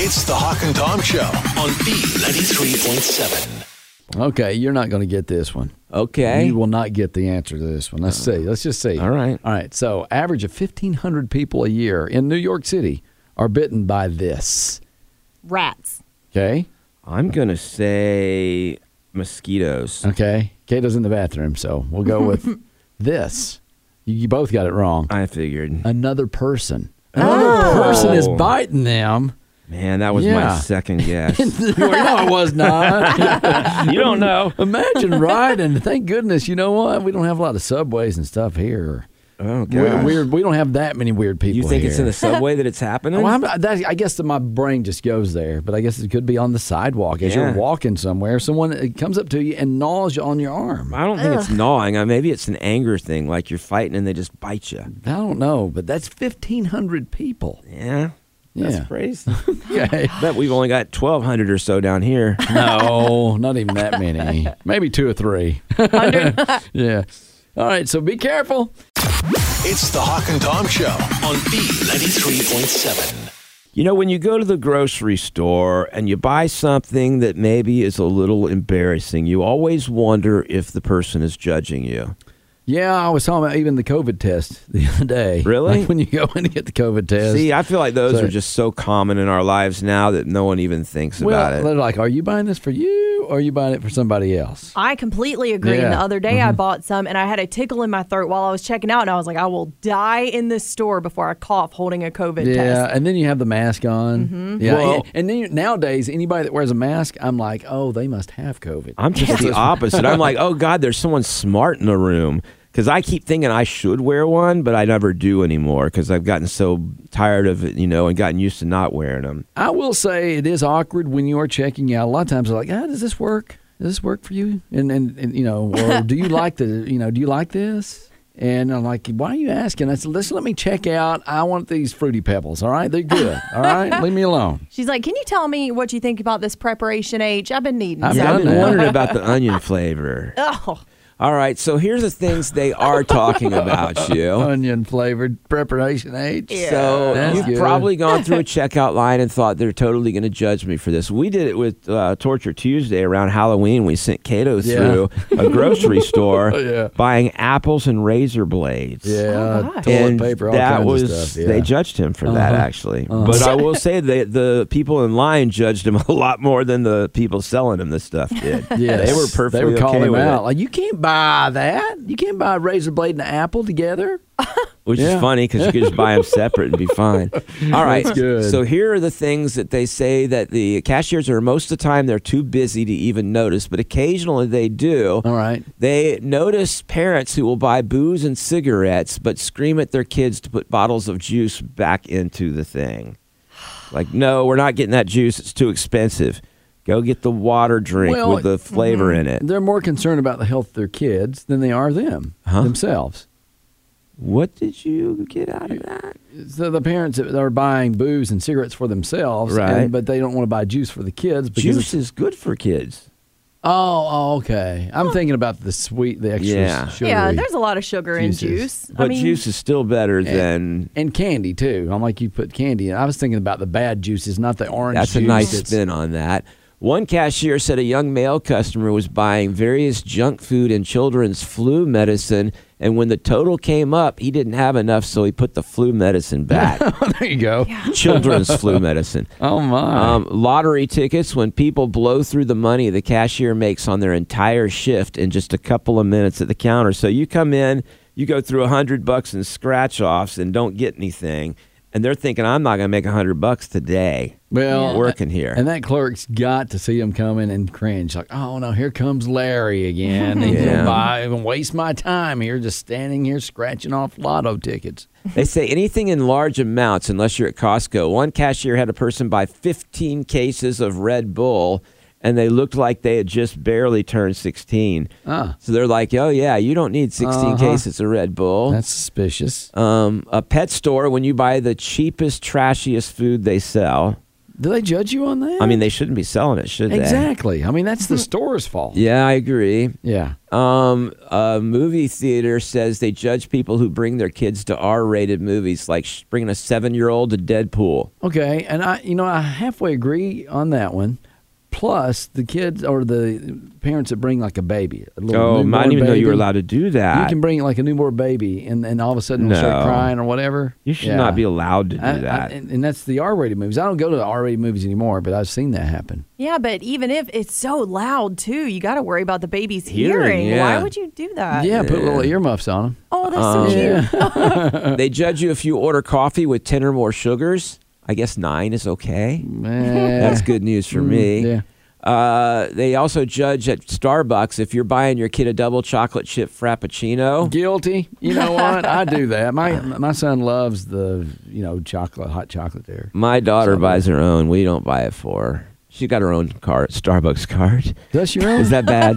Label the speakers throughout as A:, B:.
A: It's the Hawk and Tom Show on B93.7.
B: Okay, you're not going to get this one.
C: Okay.
B: You will not get the answer to this one. Let's see. Let's just see.
C: All right.
B: All right. So, average of 1,500 people a year in New York City are bitten by this.
D: Rats.
B: Okay.
C: I'm going to say mosquitoes.
B: Okay. Kato's in the bathroom, so we'll go with this. You, you both got it wrong.
C: I figured.
B: Another person. Another
C: Oh.
B: person is biting them.
C: Man, that was
B: Yeah.
C: my second guess.
B: no, it was not.
C: you don't know.
B: Imagine riding. Thank goodness. You know what? We don't have a lot of subways and stuff here.
C: Oh,
B: We're
C: gosh.
B: weird. We don't have that many weird people.
C: You think
B: here.
C: it's in the subway that it's happening?
B: Well, I'm, that, I guess that my brain just goes there, but I guess it could be on the sidewalk as you're
C: Yeah.
B: walking somewhere. Someone uh, comes up to you and gnaws you on your arm. I
C: I don't think it's gnawing. Uh, Maybe it's an anger thing, like you're fighting and they just bite you.
B: don't know, but that's 1,500 people.
C: Yeah.
B: Yeah.
C: That's crazy.
B: Okay.
C: Bet we've only got 1,200 or so down here.
B: no, not even that many. Maybe two or three. yeah. All right, so be careful.
A: It's the Hawk and Tom Show on B93.7.
C: You know, when you go to the grocery store and you buy something that maybe is a little embarrassing, you always wonder if the person is judging you.
B: Yeah, I was talking about even the COVID test the other day.
C: Really?
B: Like when you go in to get the COVID test.
C: See, I feel like those
B: So-
C: are just so common in our lives now that no one even thinks
B: well,
C: about it.
B: they're like, are you buying this for you or are you buying it for somebody else?
D: I completely agree.
B: Yeah. Mm-hmm.
D: And the other day I bought some and I had a tickle in my throat while I was checking out. And I was like, I will die in this store before I cough holding a COVID
B: Yeah,
D: test.
B: and then you have the mask on. Yeah,
C: Well-
B: and, and then you, nowadays anybody that wears a mask, I'm like, oh, they must have COVID.
C: I'm just the opposite. I'm like, oh God, there's someone smart in the room because I keep thinking I should wear one, but I never do anymore because I've gotten so tired of it, you know, and gotten used to not wearing them.
B: I will say it is awkward when you are checking out. A lot of times, they're like, ah, does this work? Does this work for you? And and, and you know, or do you like the you know, do you like this? And I'm like, why are you asking? I said, listen, let me check out. I want these fruity pebbles. All right, they're good. All right, leave me alone.
D: She's like, Can you tell me what you think about this preparation age? I've been needing
B: I've
D: some.
C: Yeah, I've
B: done
C: been
B: that.
C: wondering about the onion flavor.
D: Oh,
C: All right, so here's the things they are talking about you.
B: Onion flavored preparation H.
C: So
B: That's
C: you've
B: good.
C: probably gone through a checkout line and thought they're totally going to judge me for this. We did it with uh, Torture Tuesday around Halloween. We sent Kato
B: Yeah. Oh,
C: through a grocery store
B: Yeah.
C: buying apples and razor blades.
B: Yeah,
D: Oh, my.
B: toilet
C: and
B: paper, all
C: that
B: kinds
C: was
B: of stuff. Yeah.
C: they judged him for that
B: Uh-huh.
C: actually. But I will say that the people in line judged him a lot more than the people selling him the stuff did.
B: Yes.
C: they were perfectly
B: They were calling
C: okay
B: him
C: with
B: out.
C: it,
B: Like you can't buy that. You can't buy a razor blade and an apple together.
C: which
B: Yeah.
C: is funny because you could just buy them separate and be fine. All right,
B: That's good.
C: so here are the things that they say that the cashiers are most of the time they're too busy to even notice, but occasionally they do.
B: All right.
C: They notice parents who will buy booze and cigarettes but scream at their kids to put bottles of juice back into the thing. Like, no, we're not getting that juice. It's too expensive. Go get the water drink
B: Well, mm-hmm.
C: with the flavor in it.
B: They're more concerned about the health of their kids than they are them themselves.
C: What did you get out of that?
B: So the parents that are buying booze and cigarettes for themselves, and-
C: Right.
B: but they don't want to buy juice for the kids. Because
C: Juice
B: it's-
C: is good for kids.
B: Oh, oh, okay. I'm thinking about the sweet, the extra
C: Yeah.
B: yeah. sugary.
D: yeah, there's a lot of sugar in
B: Juices.
D: juice.
C: But juice is still better than.
B: and candy too. I'm like, you put candy. in. I was thinking about the bad juices, not the orange.
C: That's a
B: juice
C: nice
B: that's-
C: spin on that. One cashier said a young male customer was buying various junk food and children's flu medicine, and when the total came up, he didn't have enough, so he put the flu medicine back.
B: there you go.
C: children's flu medicine.
B: Oh my.
C: Um, lottery tickets, when people blow through the money the cashier makes on their entire shift in just a couple of minutes at the counter. So you come in, you go through a hundred bucks in scratch offs and don't get anything, and they're thinking I'm not going to make a hundred bucks today.
B: well,
C: working here.
B: And that clerk's got to see him coming and cringe, like, "Oh no, here comes Larry again. He's gonna
C: Yeah.
B: buy and waste my time here, just standing here scratching off lotto tickets."
C: They say anything in large amounts, unless you're at Costco. One cashier had a person buy 15 cases of Red Bull, and they looked like they had just barely turned 16.
B: Ah.
C: So they're like, oh, yeah, you don't need 16 cases of Red Bull.
B: That's suspicious.
C: um, a pet store, when you buy the cheapest, trashiest food they sell,
B: Do they judge you on that?
C: I mean, they shouldn't be selling it, should they? Mm-hmm.
B: exactly. I mean, that's the store's fault.
C: Yeah, I agree.
B: Yeah.
C: Um, a movie theater says they judge people who bring their kids to R-rated movies, like sh- bringing a seven-year-old to Deadpool.
B: Okay, and I, you know, I halfway agree on that one. Plus, the kids or the parents that bring like a baby, a little
C: Oh, I
B: newborn
C: didn't even know you were
B: baby.
C: allowed to do that.
B: You can bring like a newborn baby, and, and all of a sudden they'll start
C: No.
B: crying or whatever.
C: You should
B: Yeah.
C: not be allowed to do
B: I- I-
C: that.
B: and, and that's the R-rated movies. I don't go to the R-rated movies anymore, but I've seen that happen.
D: Yeah, but even if it's so loud too, you got to worry about the baby's
C: Hearing,
D: hearing.
C: yeah.
D: Why would you do that?
B: yeah, Uh, put little earmuffs on them.
D: Oh, that's so cute.
C: they judge you if you order coffee with 10 or more sugars. I guess nine is okay. That's good news for me.
B: Mm, yeah.
C: Uh, they also judge at Starbucks if you're buying your kid a double chocolate chip frappuccino.
B: Guilty. You know what? I do that. My my son loves the you know chocolate, hot chocolate there.
C: My daughter buys her own. We don't buy it for her. She got her own card, Starbucks card.
B: That's your own.
C: Is that um, bad?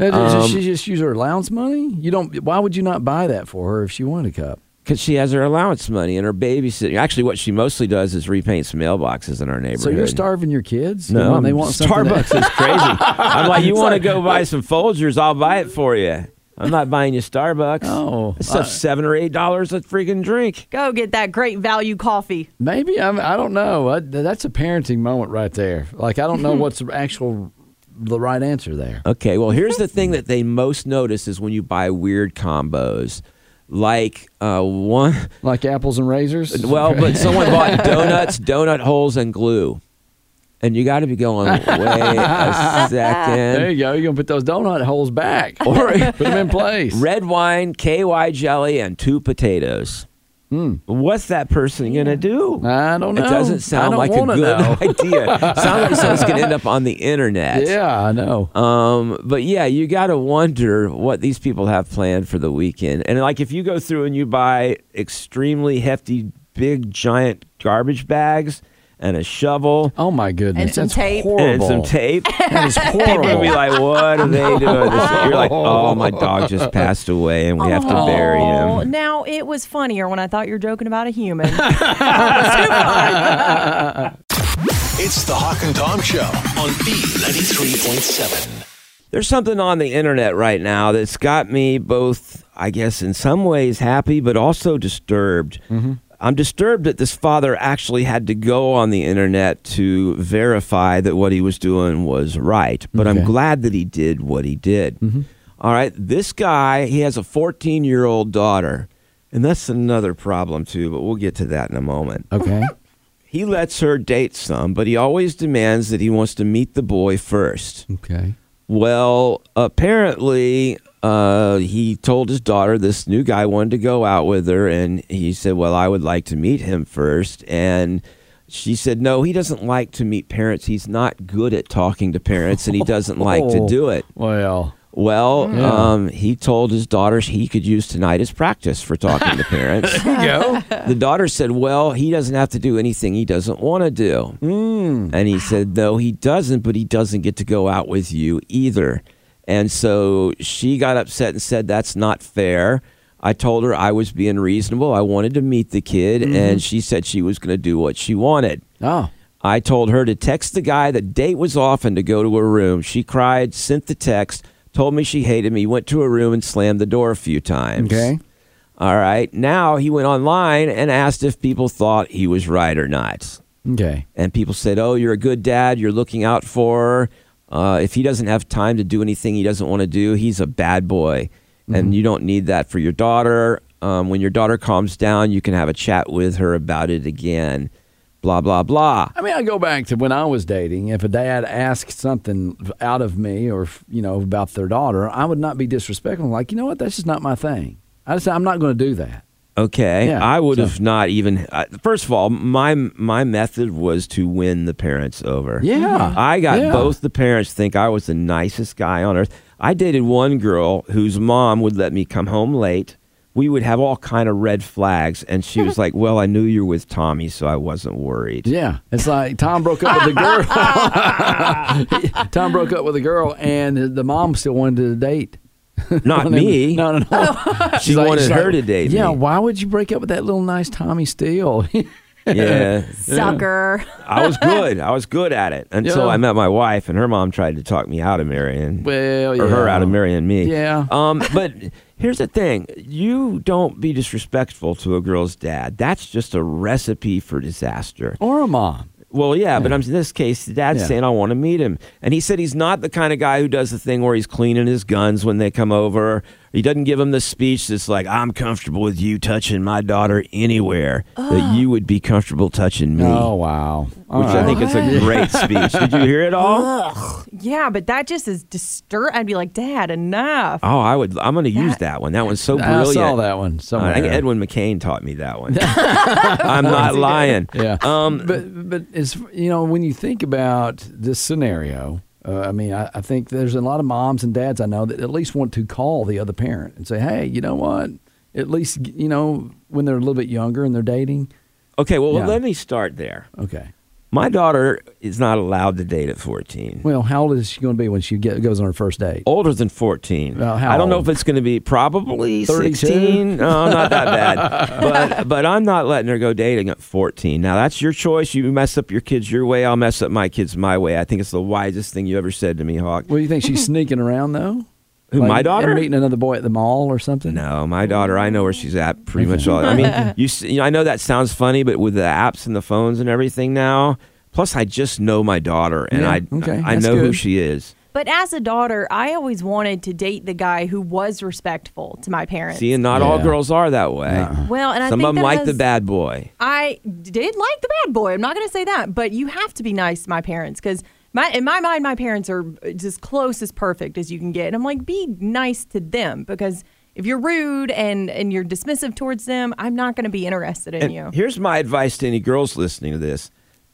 B: That- does she just use her allowance money? You don't. Why would you not buy that for her if she wanted a cup?
C: Because she has her allowance money and her babysitting. Actually, what she mostly does is repaints mailboxes in our neighborhood.
B: So you're starving your kids. They
C: No,
B: want- they want something that-
C: Starbucks is crazy. I'm like, you want to go buy some Folgers? I'll buy it for you. I'm not buying you Starbucks.
B: Oh,
C: it's stuff seven or eight dollars a freaking drink.
D: Go get that great value coffee.
B: Maybe I'm, I don't know. I, th- that's a parenting moment right there. Like I don't know what's the actual the right answer there.
C: Okay, well, here's the thing that they most notice is when you buy weird combos, like uh, one.
B: Like apples and razors.
C: Well, but someone bought donuts, donut holes, and glue, and you got to be going. Wait a
B: there
C: second.
B: you go. You're gonna put those donut holes back or
C: Or
B: put them in place.
C: red wine, KY jelly, and two potatoes. What's that person gonna do?
B: Hmm. I don't know.
C: It doesn't sound
B: I
C: like
B: don't
C: a
B: wanna
C: good
B: know.
C: idea. Sounds like someone's going to end up on the internet.
B: Yeah, I know.
C: Um, but yeah, you got to wonder what these people have planned for the weekend. And like, if you go through and you buy extremely hefty, big, giant garbage bags and a shovel
B: Oh my goodness,
D: And some
B: that's
D: tape.
B: horrible.
C: and some tape,
B: That is
C: people
B: horrible.
C: will be like, "What are they doing?" This You're like, "Oh, my dog just passed away, and we have to bury
D: Oh,
C: him."
D: Now it was funnier when I thought you were joking about a human.
A: It's the Hawk and Tom Show on B93.7.
C: There's something on the internet right now that's got me both, I guess, in some ways happy, but also disturbed. I'm disturbed that this father actually had to go on the internet to verify that what he was doing was right, but I'm
B: Okay.
C: glad that he did what he did. All right, this guy, he has a 14 year old daughter, and that's another problem too, but we'll get to that in a moment.
B: okay.
C: He lets her date some, but he always demands that he wants to meet the boy first.
B: Okay.
C: Well, apparently, uh, he told his daughter this new guy wanted to go out with her, and he said, "Well, I would like to meet him first. And she said, "No, he doesn't like to meet parents. He's not good at talking to parents, and he doesn't like to
B: Oh,
C: do it."
B: Well,
C: Well,
B: Yeah.
C: um, he told his daughters he could use tonight as practice for talking to parents.
B: there you go.
C: the daughter said, "Well, he doesn't have to do anything he doesn't want to do."
B: Mm.
C: And he said, No, he doesn't, but he doesn't get to go out with you either. And so she got upset and said, That's not fair. I told her I was being reasonable. I wanted to meet the kid, and she said she was going to do what she wanted.
B: Oh,
C: I told her to text the guy the date was off and to go to her room. She cried, sent the text, told me she hated me, went to her room and slammed the door a few times.
B: okay.
C: All right. Now he went online and asked if people thought he was right or not
B: Okay.
C: and people said, "Oh, you're a good dad. You're looking out for." Her. Uh, if he doesn't have time to do anything he doesn't want to do, he's a bad boy, and you don't need that for your daughter. Um, when your daughter calms down, you can have a chat with her about it again. Blah blah blah.
B: I mean, I go back to when I was dating. If a dad asked something out of me or, you know, about their daughter, I would not be disrespectful. Like, you know what? That's just not my thing. I just, I'm not going to do that.
C: Okay,
B: Yeah,
C: I would
B: so-
C: have not even. Uh, first of all, my my method was to win the parents over.
B: Yeah.
C: I got
B: Yeah.
C: both the parents think I was the nicest guy on earth. I dated one girl whose mom would let me come home late. We would have all kind of red flags, and she was like, "Well, I knew you were with Tommy, so I wasn't worried."
B: Yeah. It's like Tom broke up with the girl. Tom broke up with a girl, and the mom still wanted to date.
C: Not me.
B: No, no, no.
C: She
B: She's like-
C: wanted
B: she's
C: her
B: like,
C: to date
B: Yeah,
C: me.
B: why would you break up with that little nice Tommy Steele?
C: yeah.
D: Sucker.
C: I was good. I was good at it until
B: Yeah.
C: I met my wife, and her mom tried to talk me out of marrying.
B: Well,
C: or her
B: yeah.
C: out of marrying me.
B: Yeah.
C: Um, but here's the thing: you don't be disrespectful to a girl's dad. That's just a recipe for disaster.
B: Or a mom.
C: Well, yeah, but I'm in this case, the dad's
B: Yeah.
C: saying I want to meet him, and he said he's not the kind of guy who does the thing where he's cleaning his guns when they come over. He doesn't give him the speech that's like, "I'm comfortable with you touching my daughter anywhere that you would be comfortable touching me."
B: Oh wow. All
C: Which I
B: right.
C: think is a great speech. Did you hear it all?
D: Yeah, but that just is disturb. I'd be like, Dad, enough.
C: Oh, I would. I'm going to use that one. That one's so
B: I
C: brilliant.
B: saw that one somewhere.
C: I think Edwin McCain taught me that one. I'm not lying.
B: Yeah.
C: Um,
B: but but it's you know when you think about this scenario, uh, I mean, I, I think there's a lot of moms and dads I know that at least want to call the other parent and say, hey, you know what? At least you know when they're a little bit younger and they're dating.
C: okay. Well,
B: Yeah.
C: let me start there.
B: Okay.
C: My daughter is not allowed to date at 14.
B: Well, how old is she going to be when she get, goes on her first date?
C: older than 14.
B: Well, how
C: I don't know
B: old?
C: if it's going to be probably
B: 32?
C: 16. No, not that bad. but but I'm not letting her go dating at 14. Now that's your choice. You mess up your kids your way. I'll mess up my kids my way. I think it's the wisest thing you ever said to me, Hawk.
B: Well, you think she's sneaking around though?
C: Who, my daughter?
B: and meeting another boy at the mall or something?
C: No, my daughter. I know where she's at. Pretty much all. I mean, you, s- you know, I know that sounds funny, but with the apps and the phones and everything now. Plus, I just know my daughter, and
B: Yeah,
C: I
B: okay,
C: I
B: that's
C: know who
B: good.
C: she is.
D: But as a daughter, I always wanted to date the guy who was respectful to my parents.
C: See, and not all
B: Yeah.
C: girls are that way.
D: well, and I
C: Some
D: think
C: of them
D: that
C: like the
D: has-
C: bad boy.
D: I did like the bad boy. I'm not going to say that, but you have to be nice to my parents because my in my mind, my parents are as close as perfect as you can get. And I'm like, be nice to them because if you're rude and and you're dismissive towards them, I'm not going to be interested in
C: And
D: you.
C: Here's my advice to any girls listening to this.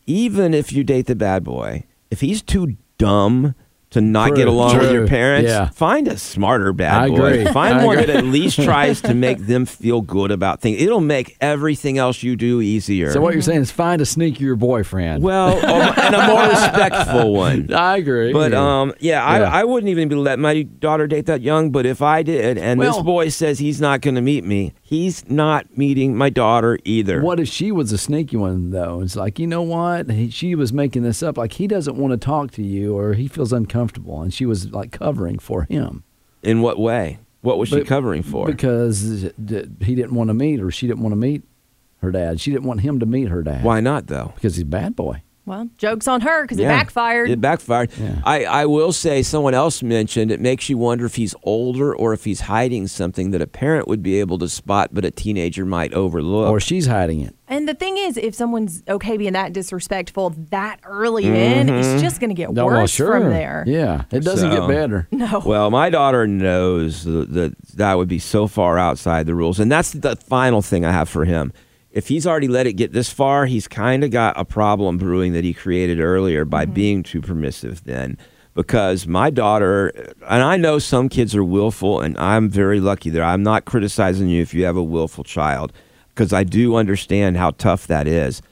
C: Even if you date the bad boy, if he's too dumb to not
B: True,
C: get along with
B: true,
C: your parents,
B: yeah.
C: find a smarter bad
B: I
C: boy.
B: agree,
C: Find
B: I
C: one
B: agree.
C: that at least tries to make them feel good about things. It'll make everything else you do easier.
B: So what you're saying is find a sneakier boyfriend.
C: well, oh, and a more respectful one.
B: I agree.
C: But um, yeah, I,
B: Yeah.
C: I wouldn't even be let my daughter date that young. But if I did, and this
B: Well-
C: boy says he's not going to meet me, he's not meeting my daughter either.
B: What if she was a sneaky one though? It's like you know what he, she was making this up. Like he doesn't want to talk to you, or he feels uncomfortable, and she was like covering for him.
C: In what way? What was she
B: But-
C: covering for?
B: Because d- he didn't want to meet, or she didn't want to meet her dad. She didn't want him to meet her dad.
C: Why not though?
B: Because he's a bad boy.
D: well, jokes on her because it
C: Yeah.
D: backfired.
C: It backfired.
B: Yeah.
C: I, I will say someone else mentioned it makes you wonder if he's older or if he's hiding something that a parent would be able to spot but a teenager might overlook.
B: Or she's hiding it.
D: and the thing is, if someone's okay being that disrespectful that early in, it's just going to get
B: Mm-hmm. No,
D: worse
B: well, sure.
D: from there.
B: Yeah, it doesn't
C: So-
B: get better.
D: No.
C: Well, my daughter knows that that that would be so far outside the rules, and that's the final thing I have for him. If he's already let it get this far, he's kind of got a problem brewing that he created earlier by being too permissive. Then, because my daughter, and I know some kids are willful, and I'm very lucky there. I'm not criticizing you if you have a willful child, because I do understand how tough that is.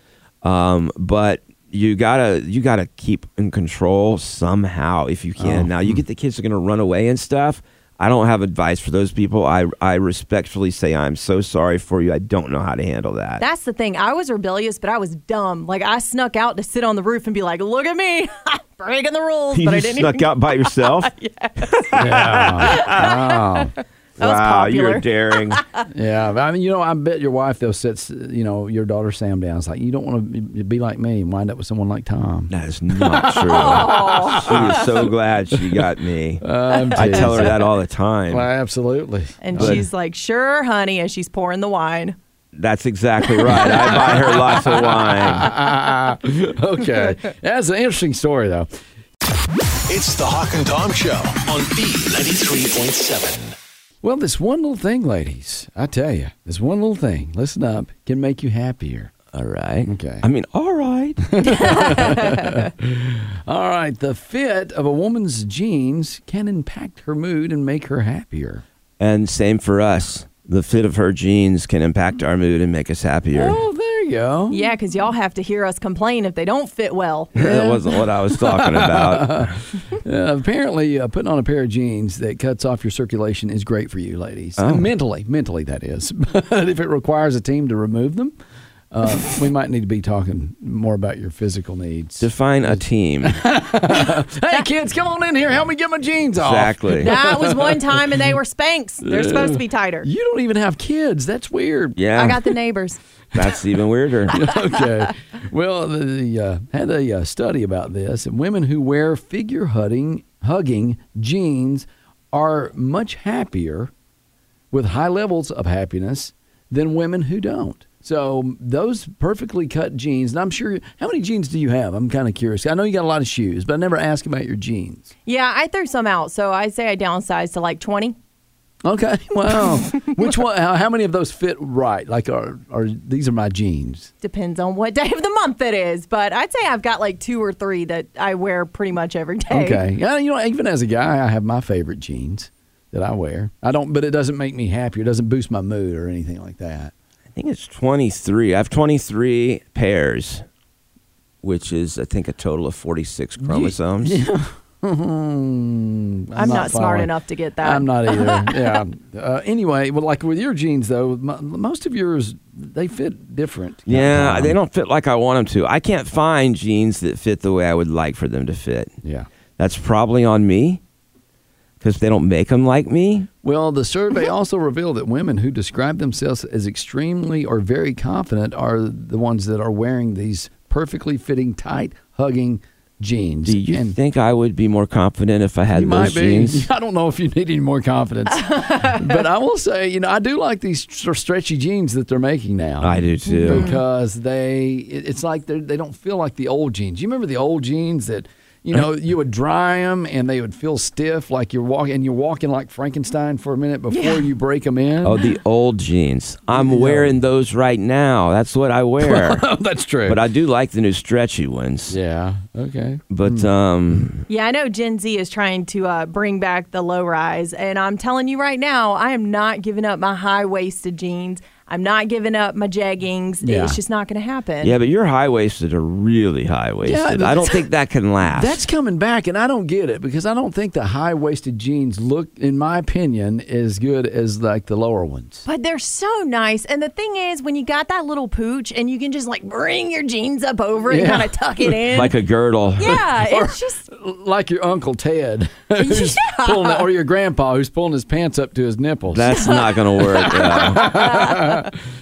C: Um, but you gotta you gotta keep in control somehow if you can. now you get the kids are gonna run away and stuff. I don't have advice for those people. I I respectfully say I'm so sorry for you. I don't know how to handle that.
D: That's the thing. I was rebellious, but I was dumb. Like I snuck out to sit on the roof and be like, "Look at me, breaking the rules."
C: you
D: but I
C: just
D: didn't.
C: snuck
D: even-
C: out by yourself.
B: Yeah. wow.
D: That was
C: wow,
D: popular.
C: you're daring.
B: Yeah, but I mean, you know, I bet your wife though sits, you know, your daughter Sam down. It's like you don't want to be, be like me and wind up with someone like Tom.
C: that is not true. she is so glad she got me.
B: I'm
C: I tell her that all the time.
B: Well, absolutely.
D: And
C: Good.
D: she's like, "Sure, honey," as she's pouring the wine.
C: That's exactly right. I buy her lots of wine.
B: okay, that's an interesting story though.
A: It's the Hawk and Tom Show on B93.7.
B: Well, this one little thing, ladies, I tell you, this one little thing. Listen up, can make you happier.
C: All right.
B: Okay.
C: I mean, all right.
B: All right, the fit of a woman's jeans can impact her mood and make her happier.
C: And same for us. The fit of her jeans can impact our mood and make us happier.
B: Oh, there you go.
D: Yeah, because y'all have to hear us complain if they don't fit well.
C: that wasn't what I was talking about.
B: Uh, apparently, uh, putting on a pair of jeans that cuts off your circulation is great for you, ladies. Mentally, mentally, that is. But if it requires a team to remove them, Uh, we might need to be talking more about your physical needs.
C: Define a team.
B: hey, kids, come on in here. Help me get my jeans off.
C: Exactly.
D: That was one time, and they were Spanx. They're supposed to be tighter.
B: You don't even have kids. That's weird.
C: Yeah.
D: I got the neighbors.
C: That's even weirder.
B: okay. Well, the, the, uh, had a uh, study about this, and women who wear figure hugging, hugging jeans are much happier with high levels of happiness than women who don't. So those perfectly cut jeans, and I'm sure how many jeans do you have? I'm kind of curious. I know you got a lot of shoes, but I never ask about your jeans.
D: Yeah, I threw some out, so I say I downsized to like 20.
B: Okay. Wow. Which one? How, how many of those fit right? Like, are are these are my jeans?
D: Depends on what day of the month it is, but I'd say I've got like two or three that I wear pretty much every day.
B: Okay. Yeah, you know, even as a guy, I have my favorite jeans that I wear. I don't, but it doesn't make me happier. It doesn't boost my mood or anything like that.
C: I think it's 23. I have 23 pairs, which is, I think, a total of 46 chromosomes.
B: I'm,
D: I'm not, smart
B: following.
D: enough to get that.
B: I'm not either. yeah. Uh, anyway, well, like with your jeans though, m- most of yours they fit different.
C: Yeah,
B: Um,
C: they don't fit like I want them to. I can't find jeans that fit the way I would like for them to fit.
B: Yeah.
C: That's probably on me because they don't make them like me.
B: Well, the
C: Mm-hmm.
B: survey also revealed that women who describe themselves as extremely or very confident are the ones that are wearing these perfectly fitting, tight, hugging jeans.
C: Do you
B: And-
C: think I would be more confident if I had
B: you
C: those
B: might
C: jeans?
B: be. I don't know if you need any more confidence, but I will say, you know, I do like these str- stretchy jeans that they're making now.
C: I do too.
B: because they. It, it's like they they don't feel like the old jeans. You remember the old jeans that. You know,
C: Uh-huh.
B: you would dry them and they would feel stiff, like you're walking, and you're walking like Frankenstein for a minute before you break them in.
C: Oh, the old jeans. I'm wearing those right now. That's what I wear.
B: that's true.
C: but I do like the new stretchy ones.
B: yeah, Hmm. okay.
C: But um,
D: Yeah, I know Gen Z is trying to uh, bring back the low rise, and I'm telling you right now, I am not giving up my high waisted jeans. I'm not giving up my jeggings.
B: Yeah.
D: It's just not going to happen.
C: yeah, but your high waisted are really high waisted. I don't
B: that's-
C: think that can last.
B: That's coming back, and I don't get it because I don't think the high waisted jeans look, in my opinion, as good as like the lower ones.
D: But they're so nice. And the thing is, when you got that little pooch and you can just like bring your jeans up over it and
B: Yeah.
D: kind of tuck it in.
C: like a girdle.
D: yeah, it's just,
B: Like your Uncle Ted, who's
D: Yeah.
B: pulling, or your grandpa who's pulling his pants up to his nipples.
C: That's not going to work. though.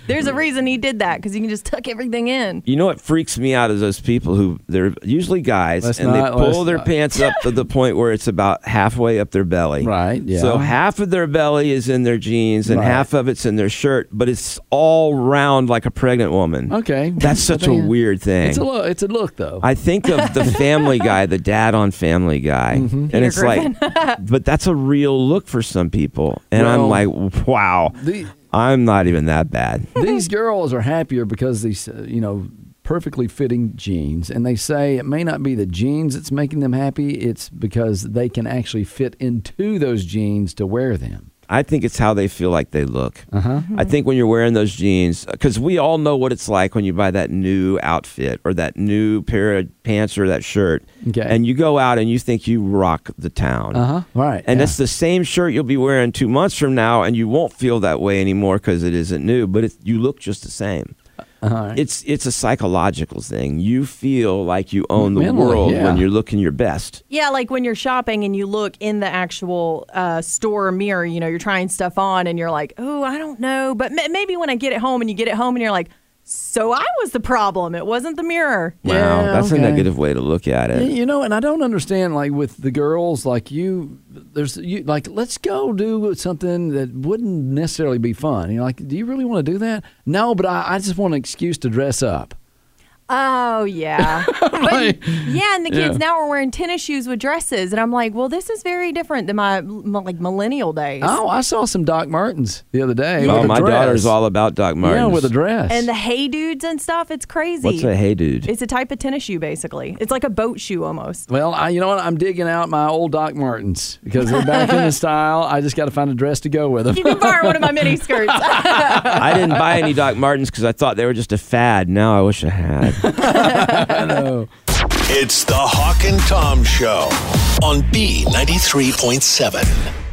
D: there's a reason he did that because you can just tuck everything in.
C: You know what freaks me out is those people who they're usually guys
B: Let's
C: and
B: not-
C: they pull
B: let's
C: their
B: not.
C: pants up to the point where it's about halfway up their belly.
B: Right, yeah.
C: So half of their belly is in their jeans and
B: Right.
C: half of it's in their shirt, but it's all round like a pregnant woman.
B: okay.
C: That's such a
B: Yeah.
C: weird thing.
B: It's a look. It's a look, though.
C: I think of the Family Guy, the dad on Family Guy,
B: Mm-hmm.
C: and
D: Peter
C: it's like, but that's a real look for some people, and
B: Well-
C: I'm like, wow,
B: The-
C: I'm not even that bad.
B: these girls are happier because these, uh, you know, perfectly fitting jeans, and they say it may not be the jeans that's making them happy. It's because they can actually fit into those jeans to wear them.
C: I think it's how they feel like they look.
B: Uh-huh.
C: I think when you're wearing those jeans, because we all know what it's like when you buy that new outfit or that new pair of pants or that shirt,
B: Okay.
C: and you go out and you think you rock the town.
B: Uh huh. Right.
C: Uh-huh. And
B: yeah.
C: it's the same shirt you'll be wearing two months from now, and you won't feel that way anymore because it isn't new. But it, you look just the same.
B: Uh,
C: It's it's a psychological thing. You feel like you own the
B: Mentally,
C: world
B: yeah.
C: when you're looking your best.
D: Yeah, like when you're shopping and you look in the actual uh, store mirror, you know, you're trying stuff on and you're like, oh, I don't know. But ma maybe when I get it home and you get it home and you're like, so I was the problem. It wasn't the mirror.
C: Wow,
B: Yeah,
C: that's
B: okay.
C: a negative way to look at
B: Y-
C: it.
B: Eh, You know, and I don't understand like with the girls, like you, there's you like let's go do something that wouldn't necessarily be fun. You're like, do you really want to do that? No, but I, I just want an excuse to dress up.
D: Oh yeah, But-
B: Right.
D: yeah. And the kids
B: Yeah.
D: now are wearing tennis shoes with dresses, and I'm like, well, this is very different than my, my like millennial days.
B: Oh, I saw some Doc Martens the other day.
C: Oh,
B: with a
C: my
B: dress.
C: daughter's all about Doc Martens.
B: yeah with a dress.
D: And the hey dudes and stuff, it's crazy.
C: What's a hey dude?
D: It's a type of tennis shoe, basically. It's like a boat shoe almost.
B: well, I, you know what? I'm digging out my old Doc Martens because they're back in the style. I just got to find a dress to go with them.
D: You can borrow one of my mini skirts.
C: I didn't buy any Doc Martens because I thought they were just a fad. Now I wish I had.
A: It's the Hawk and Tom Show on B93.7.